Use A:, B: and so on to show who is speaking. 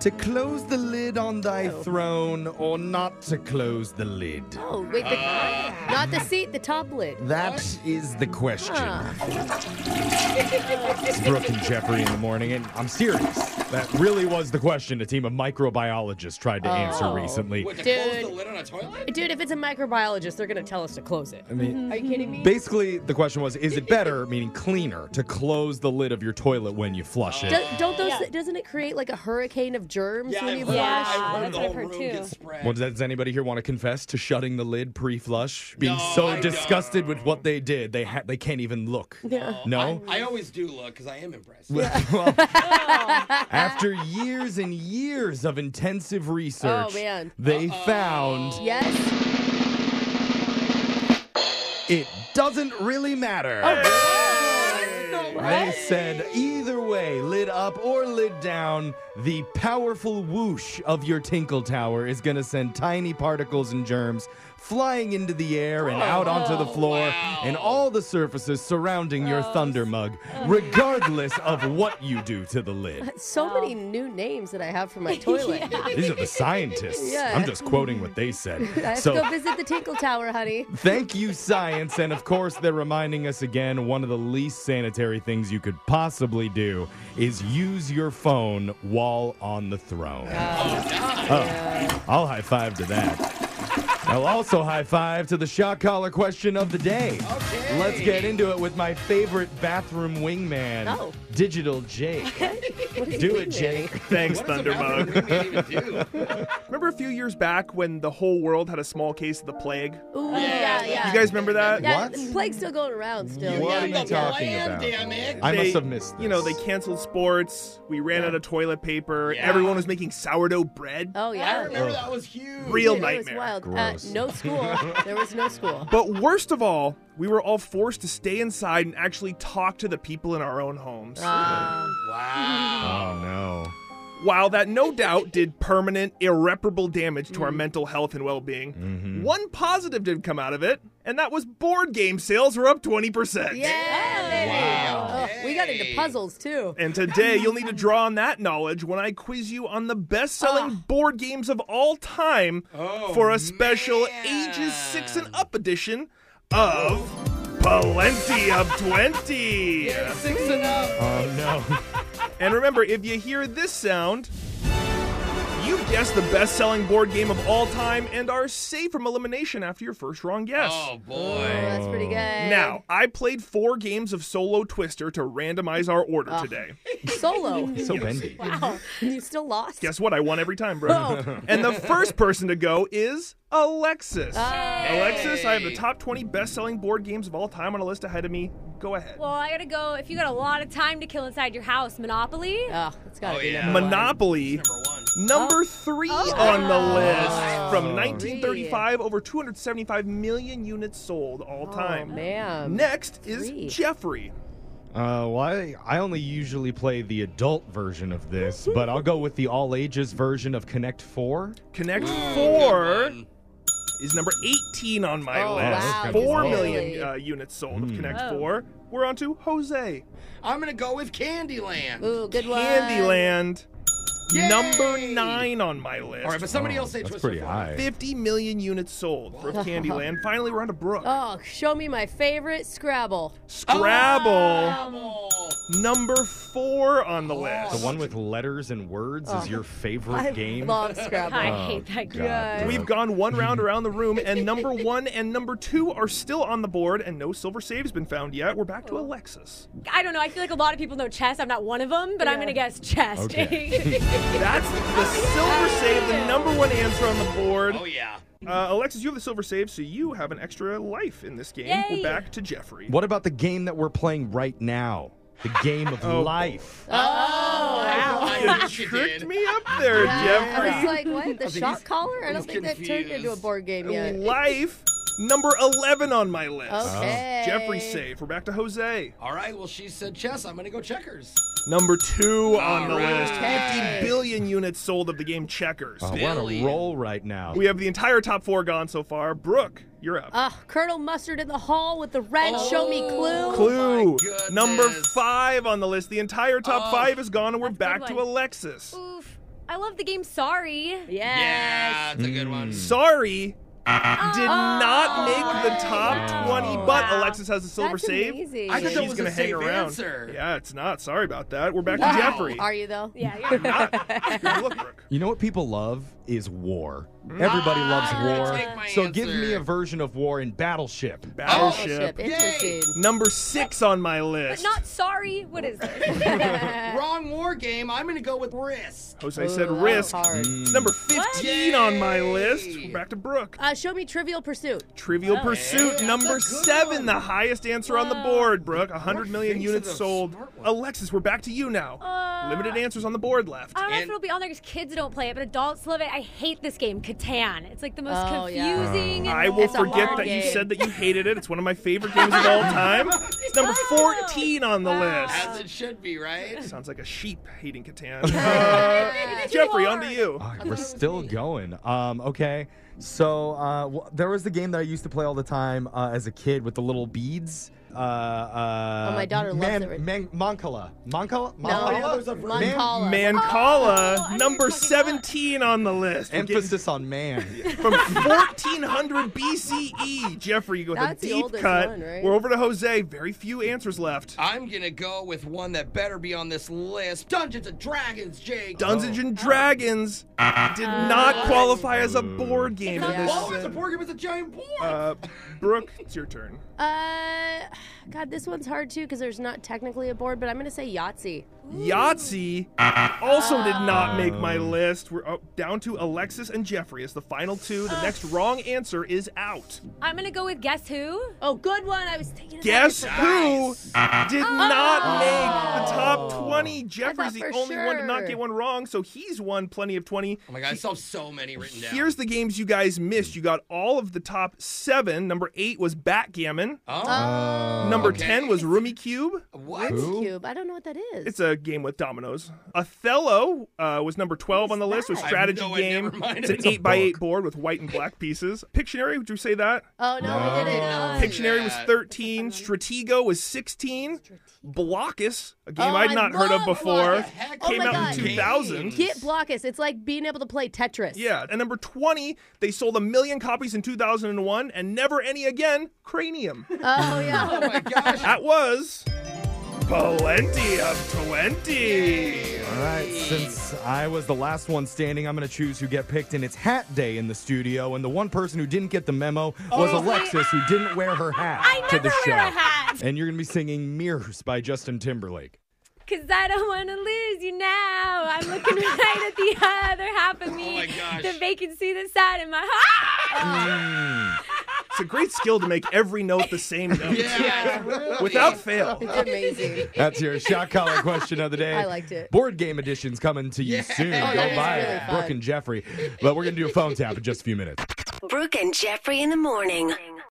A: to close the lid on thy
B: Oh.
A: throne or not to close the lid?
B: Oh, wait, the, not the seat, the top lid.
A: That is the question.
B: Huh.
A: It's Brooke and Jeffrey in the morning, and I'm serious. That really was the question a team of microbiologists tried to answer
B: Oh.
A: recently.
C: What, to
B: Dude.
C: close the lid on a toilet?
B: Dude, if it's a microbiologist, they're going to tell us to close it.
A: I mean,
B: Are you kidding me?
A: basically, the question was is it better, meaning cleaner, to close the lid of your toilet when you flush it?
B: Do, don't those,
D: Yeah.
B: doesn't it create like a hurricane of germs
C: Yeah,
B: when you
C: I've heard,
B: flush?
D: Yeah.
C: I've heard
D: that's
C: the
D: what I've
C: whole
D: heard
C: room
D: too.
C: gets spread.
A: Well, does anybody here want to confess to shutting the lid pre-flush? Being
C: No,
A: so
C: I
A: disgusted
C: don't.
A: with what they did, they ha- they can't even look.
B: Yeah.
A: No.
C: I, I always do look because I am impressed.
A: Well, after years and years of intensive research,
B: Oh, man.
A: they found
B: Yes.
A: it doesn't really matter. They said either way, lid up or lid down, the powerful whoosh of your tinkle tower is going to send tiny particles and germs flying into the air and out onto the floor
C: wow.
A: and all the surfaces surrounding your thunder mug, regardless of what you do to the lid.
B: So many new names that I have for my toilet.
A: These are the scientists.
B: Yeah.
A: I'm just quoting what they said.
B: I have
A: so
B: to go visit the Tinkle Tower, honey.
A: Thank you, science. And of course, they're reminding us again one of the least sanitary things you could possibly do is use your phone while on the throne. Oh, I'll high five to that. I'll also high five to the shot collar question of the day.
C: Okay.
A: Let's get into it with my favorite bathroom wingman,
B: Oh.
A: Digital Jake.
B: What is
A: Do
B: doing
A: it,
B: there?
A: Jake.
E: Thanks,
C: What does a
E: Thunderbug.
C: bathroom room even do?
E: Remember a few years back when the whole world had a small case of the plague?
B: Ooh, Oh, yeah, yeah.
E: You guys remember that?
B: yeah,
A: What?
B: Plague's still going around still.
A: What
B: yeah.
A: are you
C: the
A: talking
C: plan,
A: about?
C: damn it.
A: I must
E: They-
A: have missed this.
E: You know, they canceled sports. We ran out of toilet paper.
C: Yeah.
E: Everyone was making sourdough bread.
B: Oh,
C: I
B: yeah.
C: remember that was huge.
E: Real
B: Dude, It was
E: nightmare.
B: wild. Uh,
A: Gross.
B: no school. There was no school.
E: But worst of all, we were all forced to stay inside and actually talk to the people in our own homes.
B: Uh,
C: Wow.
A: Oh, no.
E: While that no doubt did permanent, irreparable damage to our
B: Mm.
E: mental health and well being,
A: Mm-hmm.
E: one positive did come out of it, and that was board game sales were up 20%.
B: yeah, baby.
A: Wow.
B: Oh, we got into puzzles too.
E: And today you'll need to draw on that knowledge when I quiz you on the best selling board games of all time
C: Ah. Oh,
E: for a special
C: man.
E: ages 6 and up edition of Plenty of 20.
C: Six and up.
A: Oh, no.
E: And remember, if you hear this sound, you've guessed the best selling board game of all time and are safe from elimination after your first wrong guess.
C: Oh
B: Oh,
C: boy.
B: that's pretty good.
E: Now, I played four games of Solo Twister to randomize our order today.
B: solo.
A: So bendy.
B: Wow. You still lost?
E: Guess what? I won every time, bro. and the first person to go is Alexis.
B: Uh, Oh.
E: Alexis, I have the top 20 best selling board games of all time on a list ahead of me. Go ahead.
D: Well, I gotta go. If you got a lot of time to kill inside your house, Monopoly.
B: Oh, it's gotta
C: Oh,
B: be
C: yeah.
B: number one.
E: Monopoly,
C: Number one.
E: number three on the list from 1935, over 275 million units sold all time.
B: Oh, Man.
E: Next
B: Three.
E: is Jeffrey.
A: Uh, well, I, I only usually play the adult version of this, but I'll go with the all ages version of Connect Four.
E: Connect Four
C: One.
E: is number 18 on my
B: Oh,
E: list.
A: wow,
E: Four
A: he's
B: really-
E: million uh, units sold of Connect
D: Whoa.
E: Four. We're on to Jose.
C: I'm gonna go with Candyland.
B: Ooh, good one.
E: Candyland,
C: Yay!
E: number nine on my
C: All right,
E: list.
C: but somebody
A: Oh,
C: else say
A: that's
C: Twister
A: pretty
C: for me.
A: high.
E: 50 million units sold for Candyland. Finally, we're on to Brooke.
B: Oh, show me my favorite Scrabble.
E: Scrabble,
C: Oh.
E: number four on the
B: Oh.
A: The
E: list.
A: one with letters and words is your favorite game.
B: Love Scrabble.
D: I hate that game.
A: God.
E: We've gone one round around the room, and number one and number two are still on the board, and no silver save's been found yet. We're back to Alexis.
D: I don't know. I feel like a lot of people know chess. I'm not one of them, but I'm gonna guess chess.
A: Okay.
D: Jake.
E: That's the silver save, the number one answer on the board.
C: Oh yeah.
E: Uh, Alexis, you have the silver save, so you have an extra life in this game.
D: Yay.
E: We're back to Jeffrey.
A: What about the game that we're playing right now? The game of life.
C: I
E: You
C: wish you
E: tricked
C: did.
E: me up there, Jeffrey.
B: I was like, what? The shot collar? I
C: he's
B: don't think that turned into a
C: confused.
B: board game
E: Oh,
B: yet.
E: Life, number 11 on my list.
B: Okay.
E: Jeffrey save. We're back to Jose.
C: All right. Well, she said chess. I'm gonna go checkers.
E: Number two on the
C: Alright.
E: list. 50 billion units sold of the game Checkers.
A: Oh, we're on a
C: Billion.
A: roll right now.
E: We have the entire top four gone so far. Brooke, you're up.
B: Uh, Colonel Mustard in the hall with the red. Show me
C: Oh.
B: clue.
E: Clue,
C: goodness.
E: number five on the list. The entire top
C: Oh.
E: five is gone, and we're
D: That's a
E: back
D: good
E: to
D: one.
E: Alexis.
D: Oof. I love the game Sorry.
B: Yes.
C: Yeah, it's a good one.
E: Sorry did not make the top
A: wow.
E: 20, but Alexis has a silver
B: That's
E: save.
B: amazing.
C: I thought
E: She's
C: that was a
E: gonna hang
C: safe
E: around.
C: answer.
E: Yeah, it's not. Sorry about that. We're back
C: Wow.
E: to Jeffrey.
B: Are you though?
D: Yeah, you're right.
E: Not. Good look, Brooke.
A: You know what people love is war. Everybody
C: I'm gonna take
A: loves war.
C: my
A: So give
C: answer.
A: me a version of war in Battleship.
E: Battleship.
B: Oh, Interesting.
E: Number six on my
D: But
E: list.
D: not sorry. What is this?
C: Wrong war game. I'm gonna go with risk.
E: Jose said
B: Ooh, that was
E: risk. Mm.
B: hard.
E: It's number 15 on my list. We're back to Brooke.
B: Uh, show me Trivial Pursuit.
E: Trivial Pursuit,
C: that's a
E: number
C: good
E: seven,
C: one.
E: the highest answer on the board, Brooke. 100 million
C: thinks of
E: units
C: those
E: sold.
C: smart ones?
E: Alexis, we're back to you now.
D: Uh,
E: Limited answers on the board left.
D: I don't know if
C: And-
D: it'll be on there because kids don't play it, but adults love it. I hate this game, Catan. It's like the most
B: Oh, yeah.
D: confusing.
A: Uh-huh.
D: and-
E: I will
B: It's a
E: forget
B: hard
E: that you
B: game.
E: said that you hated it. It's one of my favorite games of all time. It's number 14 on the
D: Wow.
E: list.
C: As it should be, right?
E: Sounds like a sheep hating Catan. Uh,
D: It's
E: Jeffrey,
D: too
E: on to
D: hard.
E: you.
A: All right, we're still going. Um, okay, so uh, w- there was the game that I used to play all the time uh, as a kid with the little beads. Uh, uh,
B: Oh, my daughter loves
A: man,
B: it right-
A: Man- Moncala. Moncala?
B: No.
A: Moncala? Man-
B: Moncala.
D: Oh, I
E: Mancala,
D: know
E: number
D: you're talking about.
E: 17 on the list. We're getting
A: Emphasis on man.
E: from 1400 BCE. E. Jeffrey, you go with
B: That's
E: a
B: the
E: deep
B: oldest
E: cut.
B: one, right?
E: We're over to Jose. Very few answers left.
C: I'm gonna go with one that better be on this list. Dungeons and Dragons, Jake. Oh.
E: Dungeons and Dragons did not qualify as a board game.
D: Uh, It's
E: in
D: not
E: this
C: Oh, it's a
E: sense.
C: board game with a giant board.
E: Uh, Brooke, it's your turn.
B: Uh, God, this one's hard too because there's not technically a board, but I'm gonna say Yahtzee.
E: Yahtzee also did not make my list. We're up down to Alexis and Jeffrey as the final two. The next wrong answer is out.
D: I'm gonna go with Guess Who.
B: Oh, good one. I was thinking. Of
E: Guess
B: that.
E: who
C: Oh
E: did not make the top 20? Jeffrey's the
B: for
E: only one to not
B: sure.
E: get one wrong, so he's won plenty of 20.
C: oh my god, I saw so many written down.
E: Here's the games you guys missed. You got all of the top seven. Number eight was Backgammon.
C: oh,
E: Number
C: okay.
E: 10 was Rummy Cube.
C: what?
A: Who?
B: Cube. I don't know what that is.
E: It's a game with dominoes. Othello uh, was number 12 on the list. It
B: that? I
E: was a
B: have
E: strategy
C: no idea.
E: game.
C: Never mind.
E: It's an
C: It's a
E: 8 by 8 board with white and black pieces. Pictionary, would you say that?
B: oh no, we did
C: No.
B: not.
E: Pictionary was
C: Yeah.
E: 13. Stratego was 16. Blockus, a game
B: Oh,
E: I'd
B: I
E: not heard of
B: love
E: before,
B: Blockus.
C: Heck
B: Oh
E: came
B: my
E: out
B: God.
E: in 2000.
B: Get Blockus. It's like being able to play Tetris.
E: Yeah, and number 20, they sold a million copies in 2001 and never any again, Cranium.
B: Oh yeah.
C: Oh my gosh.
E: That was plenty of 20.
A: all right, since I was the last one standing, I'm going to choose who get picked, and it's hat day in the studio. And the one person who didn't get the memo was
B: Oh.
A: Alexis, who didn't wear her hat
D: I
A: to
D: never
A: the
D: wear
A: show.
D: a hat
A: And you're going to be singing Mirrors by Justin Timberlake.
D: because I don't want to lose you now. I'm looking right at the other half of me,
C: Oh my gosh.
D: the vacancy that's sat in my heart.
E: It's a great skill to make every note the same note
C: Yeah. really.
E: without fail.
B: It's amazing.
A: That's your shot collar question of the day.
B: I liked it.
A: Board game edition's coming to you soon. Go
C: Oh,
B: that was
A: buy
B: really
A: it.
B: fun.
A: Brooke and Jeffrey. But we're going to do a phone tap in just a few minutes.
F: Brooke and Jeffrey in the morning.